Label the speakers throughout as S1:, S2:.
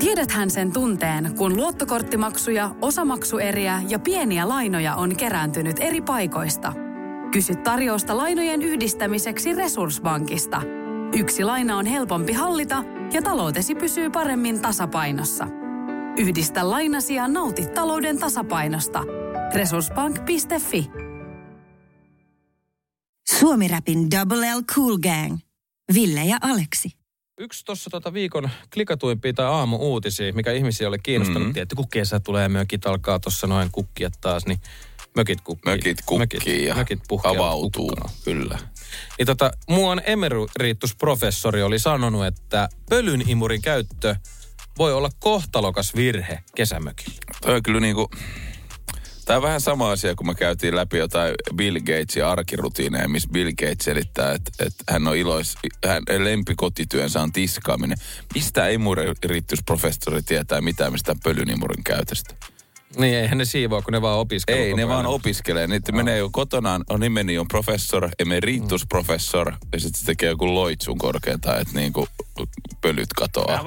S1: Tiedäthän sen tunteen, kun luottokorttimaksuja, osamaksueriä ja pieniä lainoja on kerääntynyt eri paikoista. Kysy tarjousta lainojen yhdistämiseksi Resurssbankista. Yksi laina on helpompi hallita ja taloutesi pysyy paremmin tasapainossa. Yhdistä lainasi ja nauti talouden tasapainosta. Resurssbank.fi
S2: Suomi Rapin Double L Cool Gang. Ville ja Aleksi.
S3: Yksi tuossa tota viikon klikatuimpia tai aamu-uutisia, mikä ihmisiä oli kiinnostanut.
S4: Mm.
S3: Mm. Tietty kun kesä tulee, mökit alkaa tuossa noin kukkia taas, niin mökit kukkii.
S4: Mökit kukkii ja
S3: mökit puhkeavat
S4: avautuu.
S3: kukkaan, Kyllä. Niin tota, muuan emeritusprofessori oli sanonut, että pölynimurin käyttö voi olla kohtalokas virhe kesämökillä.
S4: Toi on kyllä niinku... Tämä on vähän sama asia, kun me käytiin läpi jotain Bill Gatesin arkirutiineja, missä Bill Gates selittää, että, että hän on ilois, hän lempikotityönsä on tiskaaminen. Mistä imuriritysprofessori tietää mitään mistään pölynimurin käytöstä?
S3: Niin eihän ne siivoa, kun ne vaan opiskelee.
S4: Ei, ne vaan opiskelee.
S3: Ah.
S4: Niitä menee jo kotonaan, on nimeni on professor,
S3: Mm.
S4: emeritusprofessor, ja sitten se tekee joku loitsun korkeintaan, että niinku pölyt katoaa.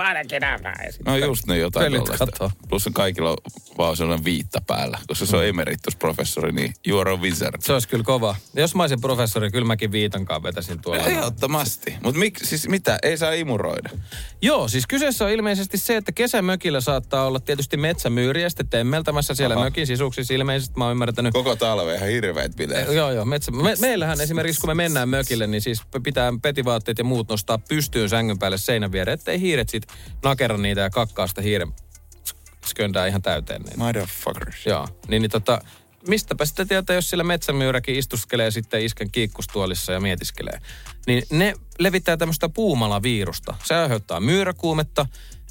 S4: No just ne jotain
S3: Pölyt
S4: tollaista.
S3: katoaa. Mm.
S4: Plus on kaikilla on vaan sellainen viitta päällä, koska se on emeritusprofessori, niin you are a wizard.
S3: Se olisi kyllä kova. Jos mä olisin professori, kyllä mäkin viitankaan vetäisin tuolla.
S4: Ehdottomasti. Mutta mik, siis mitä? Ei saa imuroida.
S3: Joo, siis kyseessä on ilmeisesti se, että kesämökillä saattaa olla tietysti metsämyyriä sitten temmeltämässä siellä
S4: Aha.
S3: mökin sisuksissa ilmeisesti. Mä oon ymmärtänyt. Eh,
S4: Koko talve ihan hirveet bileet.
S3: Joo, joo. Metsä... Me, meillähän esimerkiksi, kun me mennään mökille, niin siis pitää petivaatteet ja muut nostaa pystyyn sängyn päälle seinän viereen, ettei hiiret sit nakera niitä ja kakkaa sitä hiiren sk- sköndää ihan täyteen. Niin.
S4: Motherfuckers.
S3: Joo, niin, niin tota, mistäpä sitä tietää, jos sillä metsämyyräkin istuskelee sitten isken kiikkustuolissa ja mietiskelee. Niin ne levittää tämmöistä puumalavirusta. Se aiheuttaa myyräkuumetta,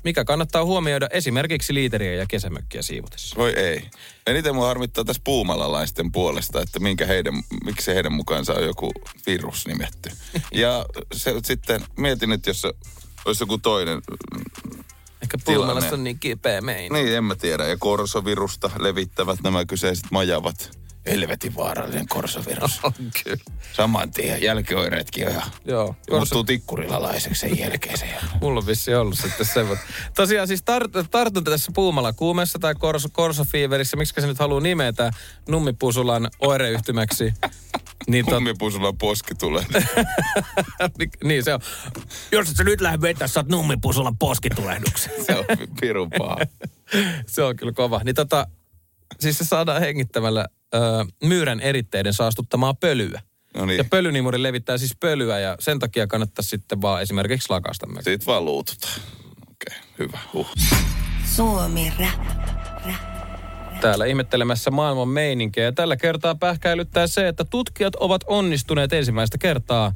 S3: mikä kannattaa huomioida esimerkiksi liiteriä ja kesämökkiä siivotessa.
S4: Voi ei. Eniten mua harmittaa tässä puumalalaisten puolesta, että minkä heidän, miksi heidän mukaansa on joku virus nimetty. Ja se, sitten mietin nyt, jos se olisi joku toinen.
S3: Ehkä
S4: Tilanne.
S3: puumalassa on niin kipeä meini.
S4: Niin, en mä tiedä. Ja korsovirusta levittävät nämä kyseiset majavat. Helvetin vaarallinen korsovirus.
S3: Kyllä.
S4: Saman tien. Jälkioireetkin on ihan.
S3: Joo.
S4: Ja Muuttuu tikkurilalaiseksi sen jälkeen se.
S3: Mulla on vissi ollut sitten semmoinen. Tosiaan siis tar- tartunta tässä puumalla kuumessa tai kors- korsofiiverissä, miksi se nyt haluaa nimetä nummipusulan oireyhtymäksi, niin, tot,
S4: Kummipusulla poski tulee.
S3: niin se on. Jos et sä nyt lähde vetää, saat nummipusulla poskitulehduksen.
S4: Se on pirun paha.
S3: se on kyllä kova. Niin tota, siis se saadaan hengittämällä ö, myyrän eritteiden saastuttamaa pölyä.
S4: No
S3: Ja
S4: niin.
S3: pölynimuri levittää siis pölyä ja sen takia kannattaa sitten vaan esimerkiksi lakasta mökkiä.
S4: Siitä vaan luututaan. Okei, okay, hyvä. Huh.
S2: Suomi Rap.
S3: täällä ihmettelemässä maailman meininkiä. Ja tällä kertaa pähkäilyttää se, että tutkijat ovat onnistuneet ensimmäistä kertaa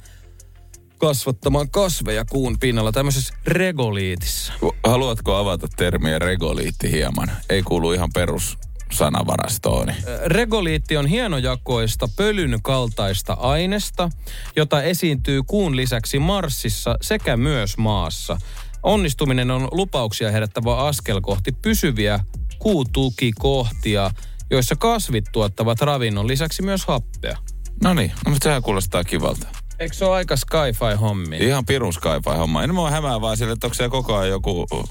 S3: kasvattamaan kasveja kuun pinnalla tämmöisessä regoliitissa.
S4: Haluatko avata termiä regoliitti hieman? Ei kuulu ihan perus sanavarastooni.
S3: Regoliitti on hienojakoista pölyn kaltaista aineesta, jota esiintyy kuun lisäksi Marsissa sekä myös maassa. Onnistuminen on lupauksia herättävä askel kohti pysyviä kuutukikohtia, joissa kasvit tuottavat ravinnon lisäksi myös happea.
S4: No niin, no, mutta sehän kuulostaa kivalta.
S3: Eikö se ole aika sci-fi-hommi?
S4: Ihan pirus kaipaa homma. En mua hämää vaan sille, että onko siellä koko ajan joku uh,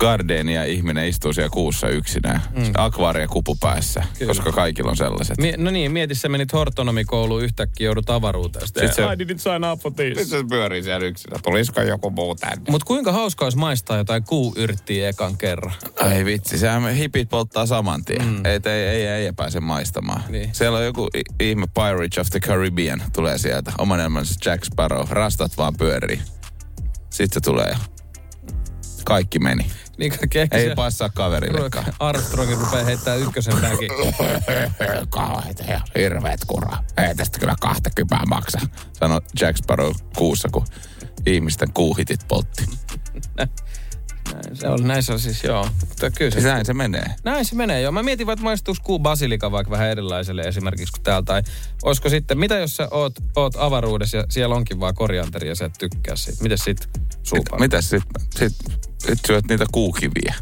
S4: gardenia ihminen istuu siellä kuussa yksinään. Mm. Akvaariakupu päässä,
S3: Kyllä.
S4: Kyllä. koska kaikilla on sellaiset.
S3: Mie- no niin, mieti sä menit hortonomikouluun yhtäkkiä, joudut avaruuteen. Sitten
S4: Sit se-
S3: I didn't sign up for this.
S4: se pyörii siellä yksinä? Tulisiko joku muu tänne?
S3: Mut kuinka hauska olisi maistaa jotain kuuyrttiä ekan kerran?
S4: Ai vitsi, sehän me hipit polttaa saman tien. Mm. Ei, ei, ei, ei, ei pääse maistamaan.
S3: Niin.
S4: Niin. Siellä on joku i- ihme Pirates of the Caribbean tulee sieltä. Oman elämänsä Jack Sparrow. Rastat vaan pyörii. Sitten se tulee. Kaikki meni.
S3: Niin kaikki ehkä
S4: Ei
S3: siellä
S4: passaa kaverillekaan.
S3: ruoka- Armstrongin rupeaa heittää ykkösen väki.
S4: Kauheita ja hirveet kuraa. Ei tästä kyllä 20 maksa, sanoi Jack Sparrow kuussa, kun ihmisten kuuhitit poltti.
S3: Se on, näin se on siis, joo. Mutta kyllä se,
S4: Näin se menee.
S3: näin se menee joo. Mä mietin vaan, että maistuuko kuu basilika vaikka vähän erilaiselle esimerkiksi kuin täällä. Tai olisiko sitten, mitä jos sä oot, oot avaruudessa ja siellä onkin vaan korianteri ja sä et tykkää siitä. Mites sit
S4: Mit,
S3: suupa?
S4: mitäs sit,
S3: Mm.
S4: sit, sit syöt niitä kuukiviä?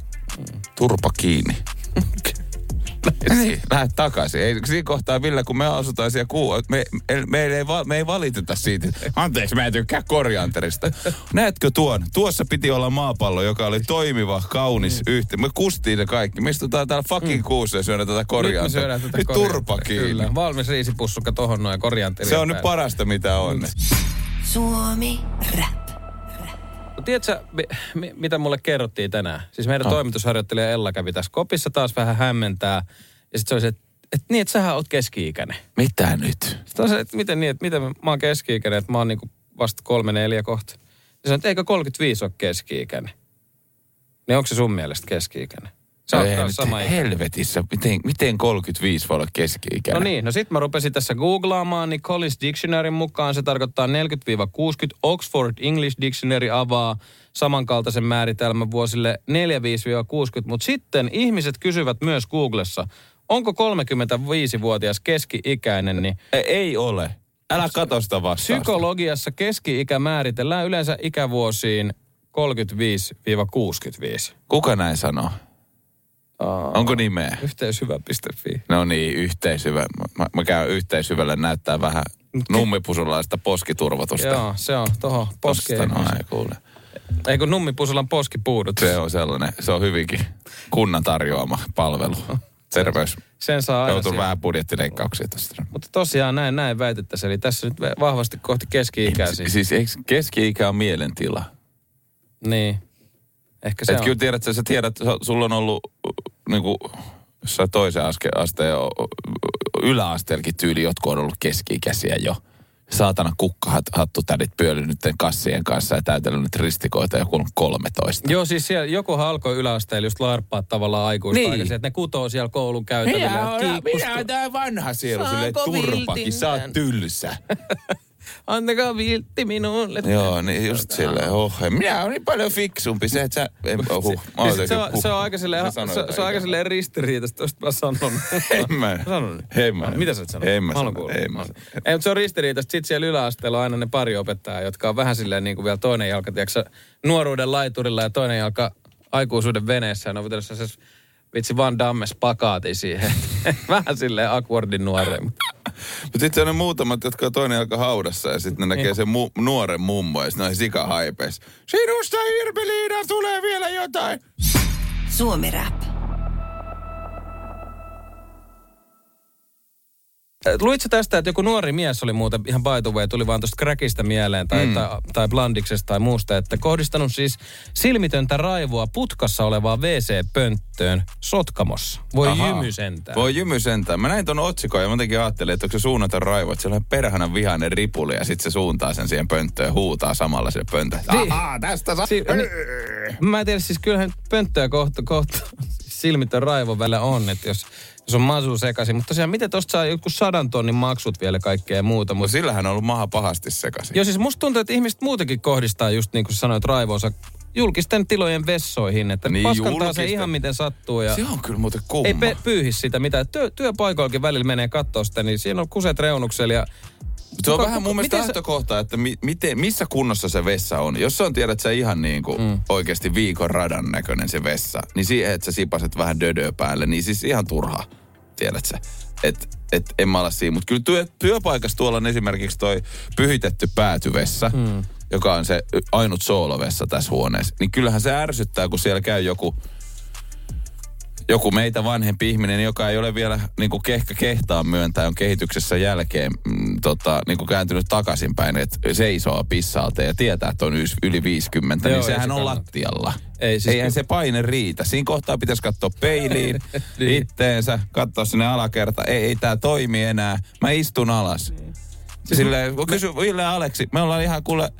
S4: Turpa kiinni. Lähde, lähde Niin, takaisin. Ei, siinä kohtaa Ville, kun me asutaan siellä kuu, me, me, me, ei, va- me ei valiteta siitä. Anteeksi, mä en tykkää korianterista. Näetkö tuon? Tuossa piti olla maapallo, joka oli toimiva, kaunis mm. yhteen. Me kustiin ne kaikki. Me istutaan täällä fucking mm. kuussa ja syödään tätä
S3: Nyt me
S4: korianteria.
S3: syödään
S4: Nyt,
S3: tätä
S4: nyt
S3: korianteria.
S4: turpa kiinni.
S3: Kyllä, valmis riisipussukka tohon noin korianteri.
S4: Se on nyt parasta, mitä on.
S2: Suomi Rap.
S3: Tiedätkö, mi- mi- mitä mulle kerrottiin tänään? Siis
S4: Ah.
S3: meidän toimitusharjoittelija Ella kävi tässä kopissa taas vähän hämmentää. Ja sitten se oli se, että et niin, että sähän oot keski-ikäinen.
S4: Mitä nyt?
S3: Sitten on se, että miten niin, että miten mä, mä oon keski-ikäinen, että mä oon niinku vasta kolme neljä kohta. Ja sanoin, että eikö 35 ole keski-ikäinen? Niin onko se sun mielestä keski-ikäinen? Sä oot
S4: Ei
S3: taas
S4: No nyt,
S3: sama ikä.
S4: Helvetissä, miten, miten 35 voi olla keski-ikäinen?
S3: No niin, no sit mä rupesin tässä googlaamaan, niin Collins Dictionaryn mukaan se tarkoittaa 40-60. Oxford English Dictionary avaa samankaltaisen määritelmän vuosille 45-60, mutta sitten ihmiset kysyvät myös Googlessa, onko 35-vuotias keski-ikäinen, niin
S4: Ei, ei ole. Älä katso sitä vastaan.
S3: psykologiassa keski-ikä määritellään yleensä ikävuosiin 35-65.
S4: Kuka näin sanoo? Onko nimeä?
S3: Yhteishyvä.fi.
S4: No niin, yhteisyvä. Mä, mä käyn yhteisyvällä näyttää vähän nummipusulaista poskiturvatusta.
S3: Joo, se on tuohon poskeen.
S4: Tosta noin, kuule.
S3: Ei kun nummipusulan poski puudutus.
S4: Se on sellainen, se on hyvinkin kunnan tarjoama palvelu. Terveys.
S3: Sen saa aina
S4: Joutuu
S3: siihen.
S4: vähän budjettileikkauksia tästä.
S3: Mutta tosiaan näin, näin väitettäisiin. Eli tässä nyt vahvasti kohti keski-ikäisiä.
S4: Siis, siis eikö keski-ikä on mielentila?
S3: Niin. Ehkä se
S4: Et
S3: on.
S4: kyllä tiedät, sä, sä tiedät, sä- sulla on ollut äh, niinku, jos sä toisen aske, asteen o- o- yläasteellakin tyyli, jotkut on ollut keski-ikäisiä jo. Saatana kukkahattu tädit pyölinyt tämän kassien kanssa ja täytellyt nyt ristikoita joku on 13.
S3: Joo, siis siellä jokuhan alkoi yläasteella just larppaa tavallaan aikuista niin. että ne kutoo siellä koulun käytävillä. kiikkusta.
S4: tää vanha sielu,
S3: Saanko
S4: silleen turpakin,
S3: viltin
S4: sä oot
S3: tän?
S4: tylsä.
S3: Antakaa viltti minulle.
S4: Joo, niin just
S3: Tota.
S4: silleen, oh, en- minä olen niin paljon fiksumpi, se, että sä, en, oh, huh, mä oon
S3: Niin sit se, on,
S4: jotenkin-
S3: se on
S4: huh.
S3: aika silleen,
S4: Sä
S3: se,
S4: sanoit
S3: se on
S4: jotain
S3: aika
S4: ikävää.
S3: silleen ristiriitasta, josta mä sanon.
S4: En mä.
S3: Sanon nyt.
S4: En mä.
S3: Mitä sä et sano?
S4: En mä
S3: mä haluan
S4: sano.
S3: kuulla.
S4: En mä
S3: Mä-
S4: sano.
S3: Ei, mutta se on ristiriitasta. Sitten siellä yläasteella on aina ne pari opettajaa, jotka on vähän silleen niin kuin vielä toinen jalka, tiedätkö, nuoruuden laiturilla ja toinen jalka aikuisuuden veneessä. Ja ne on pitänyt se vitsi Van Damme spakaati siihen. vähän silleen akordin nuoreen. mutta-
S4: Mutta sitten on ne muutamat, jotka on toinen aika haudassa ja sitten ne näkee sen mu- nuoren mummo ja sitten ne on sikahaipeissa. Sinusta Irpeliina tulee vielä jotain.
S2: Suomi Rap.
S3: Luitko Äh, tästä, että joku nuori mies oli muuten ihan by the way, tuli vaan tuosta crackista mieleen tai, mm. tai, tai blandiksesta tai muusta, että kohdistanut siis silmitöntä raivoa putkassa olevaan WC-pönttöön Sotkamossa. Voi Aha. jymy sentään.
S4: Voi jymy sentään. Mä näin ton otsikon ja mä jotenkin ajattelin, että onko se suunnaton raivo, että siellä on perhana vihainen ripuli ja sitten se suuntaa sen siihen pönttöön ja huutaa samalla sille pöntöön.
S3: Niin.
S4: Ahaa, tästä saa.
S3: Si- ni- mä en tiedä, siis kyllähän pönttöä kohta, kohta siis silmitön raivo välillä on, että jos, jos on masu sekaisin. Mutta tosiaan, miten tosta saa joku sadan tonnin maksut vielä kaikkea ja muuta.
S4: No
S3: Mutta
S4: sillähän on ollut maha pahasti sekaisin.
S3: Joo, siis musta tuntuu, että ihmiset muutenkin kohdistaa just niin kuin sä sanoit raivonsa julkisten tilojen vessoihin, että
S4: Niin,
S3: niin, paskantaa se
S4: julkisten.
S3: ihan miten sattuu ja
S4: Se on kyllä muuten kumma.
S3: ei pe- pyyhi sitä mitään. Työ, työpaikoillakin välillä menee katsoa sitä, niin siinä on kuset reunuksella ja
S4: Se on
S3: Kuka-
S4: vähän mun
S3: kuka-
S4: mielestä
S3: miten sä-
S4: lähtökohta, että mi, miten, missä kunnossa se vessa on. Jos se on, tiedät sä ihan niin kuin mm. oikeasti viikon radan näköinen se vessa, niin siihen, että sä sipaset vähän dödöä päälle, niin siis ihan turha, tiedät sä. Et, et en mä ala siinä. Mutta kyllä työ, työpaikassa tuolla on esimerkiksi toi pyhitetty päätyvessa, mm. joka on se ainut soolovessa tässä huoneessa. Niin kyllähän se ärsyttää, kun siellä käy joku joku meitä vanhempi ihminen, joka ei ole vielä niin kuin kehkä kehtaa myöntää, on kehityksessä jälkeen mm, tota, niin kuin kääntynyt takaisinpäin, että seisoo pissalta ja tietää, että on ys- yli 50,
S3: Joo,
S4: niin
S3: ei
S4: sehän
S3: se
S4: on
S3: kannata.
S4: lattialla.
S3: Ei siis-
S4: Eihän se paine riitä. Siinä kohtaa pitäisi katsoa peiliin
S3: Niin.
S4: itteensä, katsoa sinne alakerta. Ei, ei tämä toimi enää. Mä istun alas.
S3: Niin.
S4: Sille, kysy Ville ja Aleksi, me ollaan ihan kuule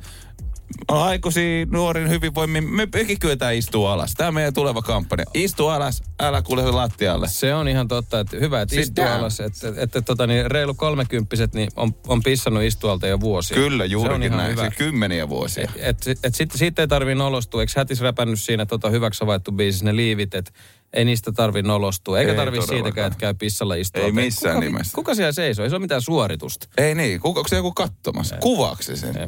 S4: ollaan aikuisia nuorin hyvinvoimin, me mekin kyetään istua alas. Tämä on meidän tuleva kampanja. Istu alas, älä kuule lattialle.
S3: se on ihan totta, että hyvä, että
S4: Sit
S3: istuu
S4: down.
S3: alas. Että, että tota, niin reilu kolmekymppiset niin on, on pissannut istualta jo vuosia.
S4: Kyllä,
S3: Se on
S4: juurikin
S3: ihan
S4: näin.
S3: hyvä.
S4: Se kymmeniä vuosia.
S3: Et, et sit, siitä ei tarvi nolostua. Eikö hätis räpännyt siinä tota hyväksi havaittu biisi, ne liivit, että ei niistä tarvi nolostua. Eikä
S4: Ei
S3: tarvi
S4: todellakaan.
S3: siitäkään, että käy pissalla istua.
S4: Ei missään
S3: kuka,
S4: nimessä.
S3: Kuka siellä seisoo? Ei se ole mitään suoritusta.
S4: Ei niin, kuka, onko se joku katsomassa? Kuvaaksi sen?
S3: Ei.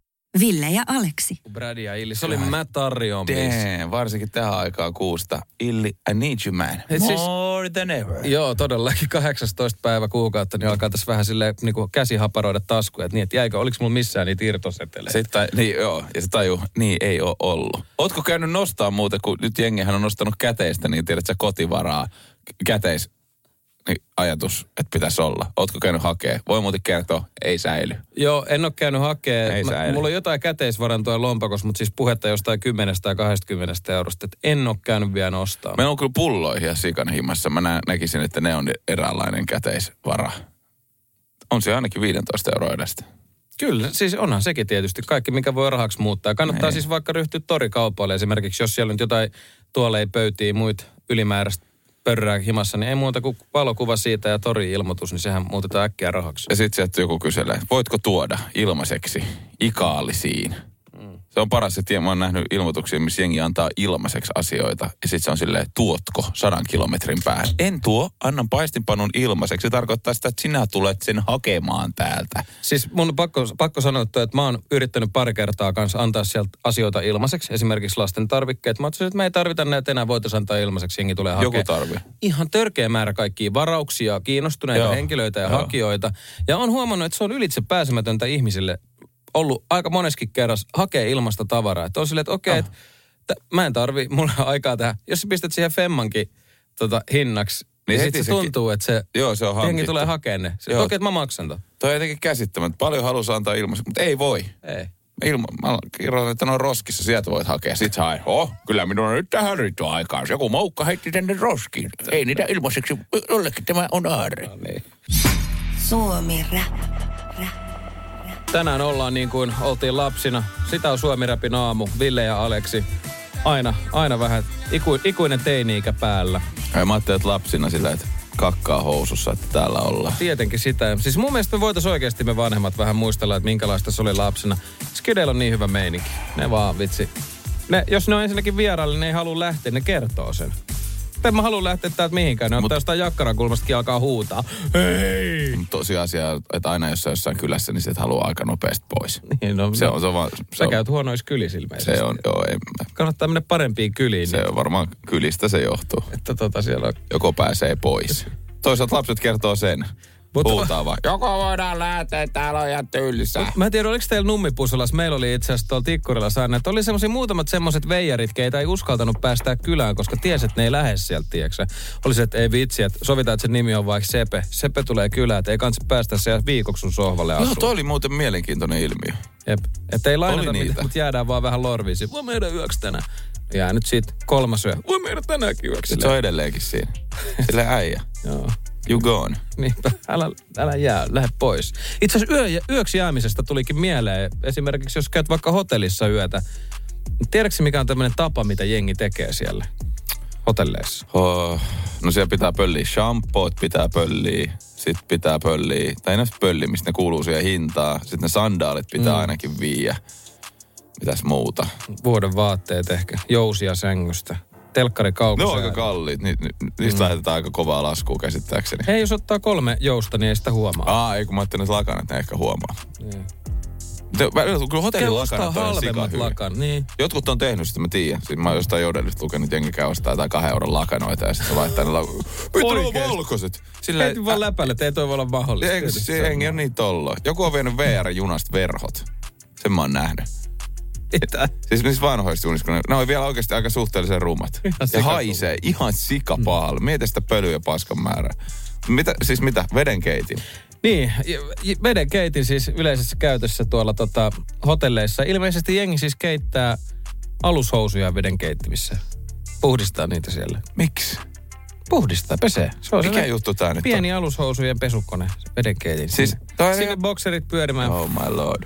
S2: Ville ja Aleksi.
S3: Brad ja Illi, se oli mä tarjoan biisi.
S4: Damn, varsinkin tähän aikaan kuusta. Illi, I need you man.
S3: Et siis-
S4: More than ever.
S3: Joo, todellakin 18 päivä kuukautta, niin alkaa tässä vähän sille niin käsihaparoida taskuja, että niin, että jäikö, oliko mulla missään niitä irtoseteleitä.
S4: Sitten, tai- niin joo, ja se tajuu, niin ei ole ollut. Ootko käynyt nostaa muuta, kun nyt jengihän on nostanut käteistä, niin tiedät sä kotivaraa, k- käteis, niin ajatus, että pitäisi olla. Ootko käynyt hakee? Voi muuten kertoa, ei säily.
S3: Joo, en ole käynyt
S4: Ei
S3: hakemaan.
S4: sä
S3: Mä-
S4: eli.
S3: Mulla on jotain käteisvarantoja lompakossa, mutta siis puhetta jostain 10 tai 20 eurosta, että en ole käynyt vielä nostaa.
S4: Meillä on kyllä pulloihin ja sikan himmassa. Mä nä- näkisin, että ne on eräänlainen käteisvara. On se ainakin 15 euroa edestä.
S3: Kyllä, siis onhan sekin tietysti kaikki, mikä voi rahaksi muuttaa. Kannattaa siis vaikka ryhtyä torikaupalle esimerkiksi, jos siellä on jotain tuoleja pöytiä, muit ylimääräistä pörrää himassa, niin ei muuta kuin valokuva siitä ja tori-ilmoitus, niin sehän muutetaan äkkiä rahaksi.
S4: Ja sit sieltä joku kyselee, voitko tuoda ilmaiseksi ikaalisiin?
S3: Mm.
S4: Se on paras se tie. Mä oon nähnyt ilmoituksia, missä jengi antaa ilmaiseksi asioita. Ja sit se on silleen, tuotko sadan kilometrin päähän? En tuo, annan paistinpanun ilmaiseksi. Se tarkoittaa sitä, että sinä tulet sen hakemaan täältä.
S3: Siis mun on pakko, pakko sanoa, että että mä oon yrittänyt pari kertaa kanssa antaa sieltä asioita ilmaiseksi, esimerkiksi lasten tarvikkeet. Mä ajattelin, että me ei tarvita näitä enää, voitaisiin antaa ilmaiseksi, jengi tulee hakemaan.
S4: Joku tarvii.
S3: Ihan törkeä määrä kaikkia varauksia, kiinnostuneita
S4: Joo.
S3: Joo. henkilöitä ja
S4: Joo.
S3: Joo. hakijoita. Ja on huomannut, että se on ylitse pääsemätöntä ihmisille ollut aika moneskin kerras hakea ilmasta tavaraa. Että on silleen, että
S4: Ah.
S3: okei, että t- mä en tarvi, mulla on aikaa tähän. Jos sä pistät siihen femmankin tota, hinnaksi,
S4: Niin
S3: niin, niin
S4: heti
S3: sitten se
S4: sekin-
S3: tuntuu, että se
S4: Joo, se on
S3: jengi
S4: hankittu.
S3: tulee hakemaan ne. Sitten
S4: Joo.
S3: okei, että mä maksan ton.
S4: Toi on jotenkin käsittämättä. Paljon halusi antaa ilmaiseksi, mutta ei voi.
S3: Ei.
S4: Ilma, mä kirjoitan, että ne on roskissa, sieltä voit hakea. Sit sä, oh, kyllä minun on nyt tähän riittyy aikaa. Joku moukka heitti tänne roskiin. Ei niitä ilmaiseksi, jollekin tämä on aarre.
S3: Niin.
S2: Suomi Rap.
S3: Tänään ollaan niin kuin oltiin lapsina. Sitä on Suomi Rapin aamu, Ville ja Aleksi. Aina, aina vähän iku, ikuinen teini-ikä päällä.
S4: Ai mä ajattelin, että lapsina sillä, että kakkaa housussa, että täällä ollaan.
S3: Tietenkin sitä. Siis mun mielestä me voitaisiin oikeasti me vanhemmat vähän muistella, että minkälaista se oli lapsena. Skideillä on niin hyvä meininki. Ne vaan vitsi. Ne, jos ne on ensinnäkin vieraille, ne ei halua lähteä, ne kertoo sen. Mutta En mä halua lähteä täältä mihinkään. Ne Mut... ottaa jostain jakkarakulmastakin alkaa huutaa. Hei!
S4: Mut Tosiasia, että aina jos sä jossain kylässä, niin sit haluaa aika nopeasti pois.
S3: Niin, no,
S4: Se on, se on, vaan- se
S3: Sä
S4: on,
S3: käyt huonoissa kylissä ilmeisesti.
S4: se on, joo, en, mä-
S3: Kannattaa mennä parempiin kyliin. niin Se...
S4: Niin. se on varmaan kylistä se johtuu.
S3: Että tota siellä on
S4: Joko pääsee pois. Toisaalta lapset kertoo sen.
S3: Mut-
S4: Huutaa vaan. Joko voidaan lähteä, täällä on ihan tylsää.
S3: Mä en tiedä, oliko teillä nummipusolassa, meillä oli itse asiassa tuolla Tikkurilassa aina, että oli semmoisia muutamat semmoiset veijarit, keitä ei uskaltanut päästää kylään, koska tiesi, että ne ei lähde sieltä, tieksä. Oli se, että ei vitsi, että sovitaan, että sen nimi on vaikka Sepe. Sepe tulee kylään, että ei kansi päästä siellä viikoksi sun sohvalle
S4: Joo,
S3: asuun.
S4: toi oli muuten mielenkiintoinen ilmiö.
S3: Jep. Että ei lainata
S4: Oli niitä.
S3: mitään, mutta jäädään vaan vähän lorviisi. Voi meidän yöksi tänään. Jää nyt siitä kolmas yö. Voi meidän tänäänkin yöksi.
S4: Sitten se on edelleenkin siinä. Sillä äijä.
S3: Joo.
S4: You gone.
S3: Niinpä, älä, älä jää, lähde pois. Itse asiassa yö, yöksi jäämisestä tulikin mieleen, esimerkiksi jos käyt vaikka hotellissa yötä, niin tiedätkö sä, mikä on tämmöinen tapa, mitä jengi tekee siellä hotelleissa?
S4: Oh. No siellä pitää pölliä shampoot, pitää pölliä, sit pitää pölliä, tai näistä pölliä, mistä ne kuuluu siihen hintaan. Sitten ne sandaalit pitää mm. ainakin viiä. Mitäs muuta?
S3: Vuoden vaatteet ehkä, jousia sängystä, telkkari
S4: Ne
S3: kaukosää.
S4: on aika kalliit, ni, ni, niistä mm. lähetetään aika kovaa laskua käsittääkseni.
S3: Ei, jos ottaa kolme jousta, niin ei sitä huomaa.
S4: Aa, ei kun mä ajattelin, että lakanat ne ehkä huomaa.
S3: Niin.
S4: Te, välillä, kyllä
S3: Käy
S4: hotellin
S3: ostaa
S4: lakanat on ihan
S3: halvemmat
S4: sikahyviä.
S3: lakan, niin.
S4: Jotkut on tehnyt sitä, mä tiedän. Siis mä oon jostain jodelista lukenut, että jengi käy ostaa jotain kahden euron lakanoita ja sitten laittaa ne laku... Vittu, ne on
S3: Oikeesti?
S4: valkoiset!
S3: Sillä Heitin vaan
S4: ä-
S3: läpälle, että ei toi voi olla mahdollista.
S4: Eikö
S3: Tietysti
S4: se
S3: on-
S4: jengi on niin tollo? Joku on vienyt VR-junasta verhot. Sen mä oon nähnyt.
S3: Mitä?
S4: Siis niissä vanhoissa junissa, kun ne, ne on vielä oikeasti aika suhteellisen rumat. ja
S3: sikapahalla.
S4: haisee ihan sikapahalle. Mieti sitä pölyä ja paskan määrää. Mitä, siis mitä? Vedenkeitin?
S3: Niin, ja- ja veden keitin siis yleisessä käytössä tuolla tota, hotelleissa. Ilmeisesti jengi siis keittää alushousuja veden keittimissä. Puhdistaa niitä siellä.
S4: Miksi?
S3: Puhdistaa, pesee. Se on
S4: Mikä
S3: sellainen
S4: juttu tää nyt
S3: Pieni alushousujen pesukone, se veden keitin.
S4: Siis toi on
S3: Sinne
S4: ihan-
S3: bokserit pyörimään,
S4: on? Oh my lord.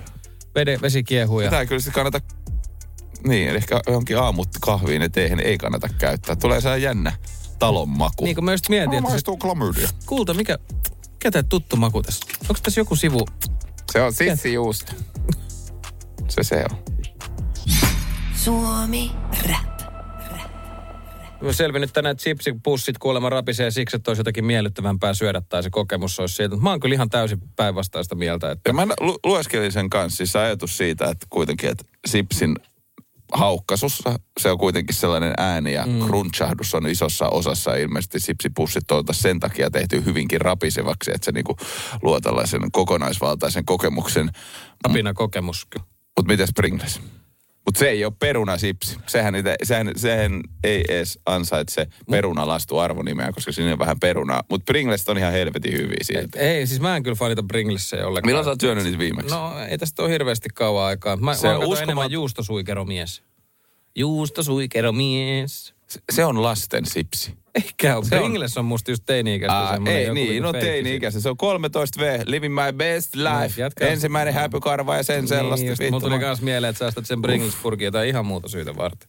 S3: vede, vesi kiehuu ja
S4: Tämä ei kyllä sitten kannata... Niin, eli ehkä johonkin aamut kahviin ja teihin ei kannata käyttää. Tulee sellainen jännä talon maku.
S3: Niin kuin mä just mietin, että se,
S4: klamydia.
S3: kulta, mikä, mikä tää tuttu maku tässä? Onko tässä joku sivu?
S4: Se on sissijuusto. Se se on.
S5: Suomi Rap.
S3: Mä selvinnyt tänään, että sipsipussit kuulemma rapisee siksi, että olisi jotakin miellyttävämpää syödä tai se kokemus olisi siitä. Mut Mä oon kyllä ihan täysin päinvastaista mieltä, että
S4: Ja mä lu- lueskelin sen kanssa, siis ajatus siitä, että kuitenkin, että sipsin haukkasussa se on kuitenkin sellainen ääni ja mm. crunchahdus on isossa osassa ilmeisesti sipsipussit on taas sen takia tehty hyvinkin rapisevaksi, että se niinku luo tällaisen kokonaisvaltaisen kokemuksen.
S3: apina mm. kokemus. ky-
S4: Mutta miten Pringles? Mutta se ei ole perunasipsi. Sehän, niitä, sehän, sehän ei edes ansaitse perunalastu arvonimeä, koska siinä on vähän perunaa. Mutta Pringles on ihan helvetin hyviä silti.
S3: Ei, siis mä en kyllä fanita Pringlissejä ollenkaan.
S4: Milloin sä oot syönyt niitä viimeksi?
S3: No ei tästä ole hirveästi kauan aikaa. Mä,
S4: Se
S3: se mä
S4: on
S3: oon kato
S4: uskomat-
S3: enemmän juustosuikeromies. Juustosuikeromies.
S4: Se on lasten sipsi.
S3: Eikä ole.
S4: Se on-
S3: Pringles on musta just teini-ikäistä.
S4: Aa,
S3: semmonen
S4: ei
S3: joku
S4: niin,
S3: niinku
S4: no
S3: feikki
S4: teini ikäisen. Se on 13 V, living my best life.
S3: No, jatka.
S4: Ensimmäinen häpykarva ja sen
S3: siitä.
S4: sellaista.
S3: Niin, just,
S4: Vittu,
S3: mulla tuli
S4: mä
S3: myös mieleen, että säästät sen Pringles-purkia tai ihan muuta syytä varten.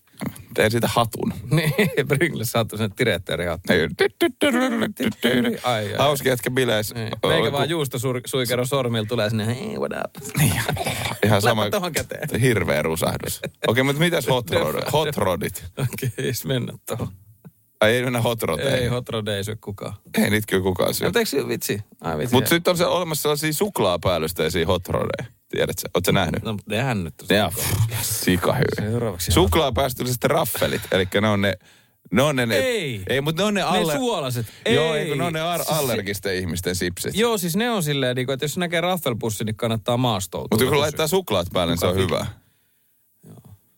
S4: Teen siitä hatun.
S3: Niin, Pringles saattoi sen diretteerihattu.
S4: Niin.
S3: Ai, ai.
S4: Hauska jätkä bileis. Oli
S3: Niin. Meikä
S4: ku-
S3: vaan juustosuikero sormilla tulee sinne, hei what up.
S4: Niin. Ihan sama.
S3: Läppä tohon käteen.
S4: Hirveä rusahdus. Okei, mutta mitäs hot, rod, hot rodit?
S3: Okei, okay, mennä tuohon.
S4: Ai ei mennä hot rodeihin.
S3: Ei, hot No rod ei syö kukaan.
S4: Ei niitä kyllä kukaan syö.
S3: Mutta eikö se vitsi? Ai vitsi.
S4: Mutta sitten on se olemassa sellaisia suklaapäällysteisiä hot rodeja. Tiedätkö? Oot sä nähnyt?
S3: No, mutta nehän nyt.
S4: Ja sika hyvä.
S3: Seuraavaksi.
S4: Suklaapäästölliset raffelit, eli ne on ne... Ne on ne, ne
S3: Ei.
S4: Ei, mutta ne on ne... Aller...
S3: suolaset.
S4: Joo,
S3: Ei.
S4: ei, kun ne on ne ar-
S3: Se-
S4: allergisten ihmisten sipsit.
S3: Joo, siis ne on silleen, niinku, että jos se näkee raffelpussin, niin kannattaa maastoutua.
S4: Mutta kun
S3: Jos-
S4: laittaa suklaat päälle, niin se on hyvä.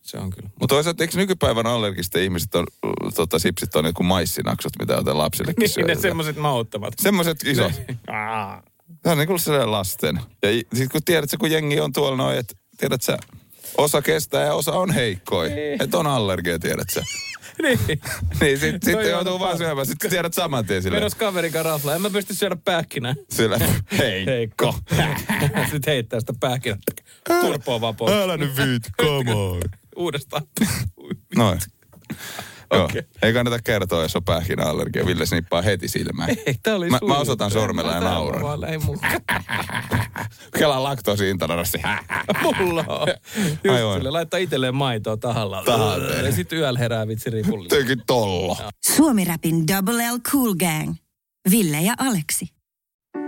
S3: Se on kyllä.
S4: Mutta toisaalta eikö nykypäivän allergisten ihmiset on, äh, tota, sipsit on joku maissinaksut, mitä jotain lapsillekin
S3: Niin, ne
S4: syötetään.
S3: semmoiset mauttomat.
S4: Semmoiset isot.
S3: Aa.
S4: Tämä on niin kuin sellainen lasten. Ja i- sit kun tiedät, sä, kun jengi on tuolla noin, että tiedät sä, osa kestää ja osa on heikkoi. Että on allergia, tiedät sä.
S3: niin.
S4: Niin, sit, sit
S3: Toi on
S4: joutuu vaan
S3: pa-
S4: syömään. Sitten tiedät saman tien silleen.
S3: Menos kaverin kanssa raflaa. En mä pysty syödä pähkinää.
S4: Sillä, hei.
S3: Heikko. Sitten heittää sitä pähkinää. Turpoa vaan pois.
S4: Älä nyt viit, come on.
S3: Uudestaan.
S4: Noin. Joo. Ei kannata kertoa, jos on pähkinäallergia. Ville se nippaa heti silmään.
S3: Ei, tää oli
S4: mä, mä
S3: suuri.
S4: osoitan sormella ja
S3: Mä tää
S4: nauran.
S3: vaan lähin mukaan.
S4: Kela laktoosiintoleranssi.
S3: Mulla on. Just
S4: Aivan.
S3: sille, laittaa itselleen maitoa tahallaan.
S4: Tahallaan.
S3: Ja sitten yöllä herää vitsi ripullinen.
S4: Tökin tollo.
S2: Suomirapin Double L Cool Gang. Ville ja Aleksi.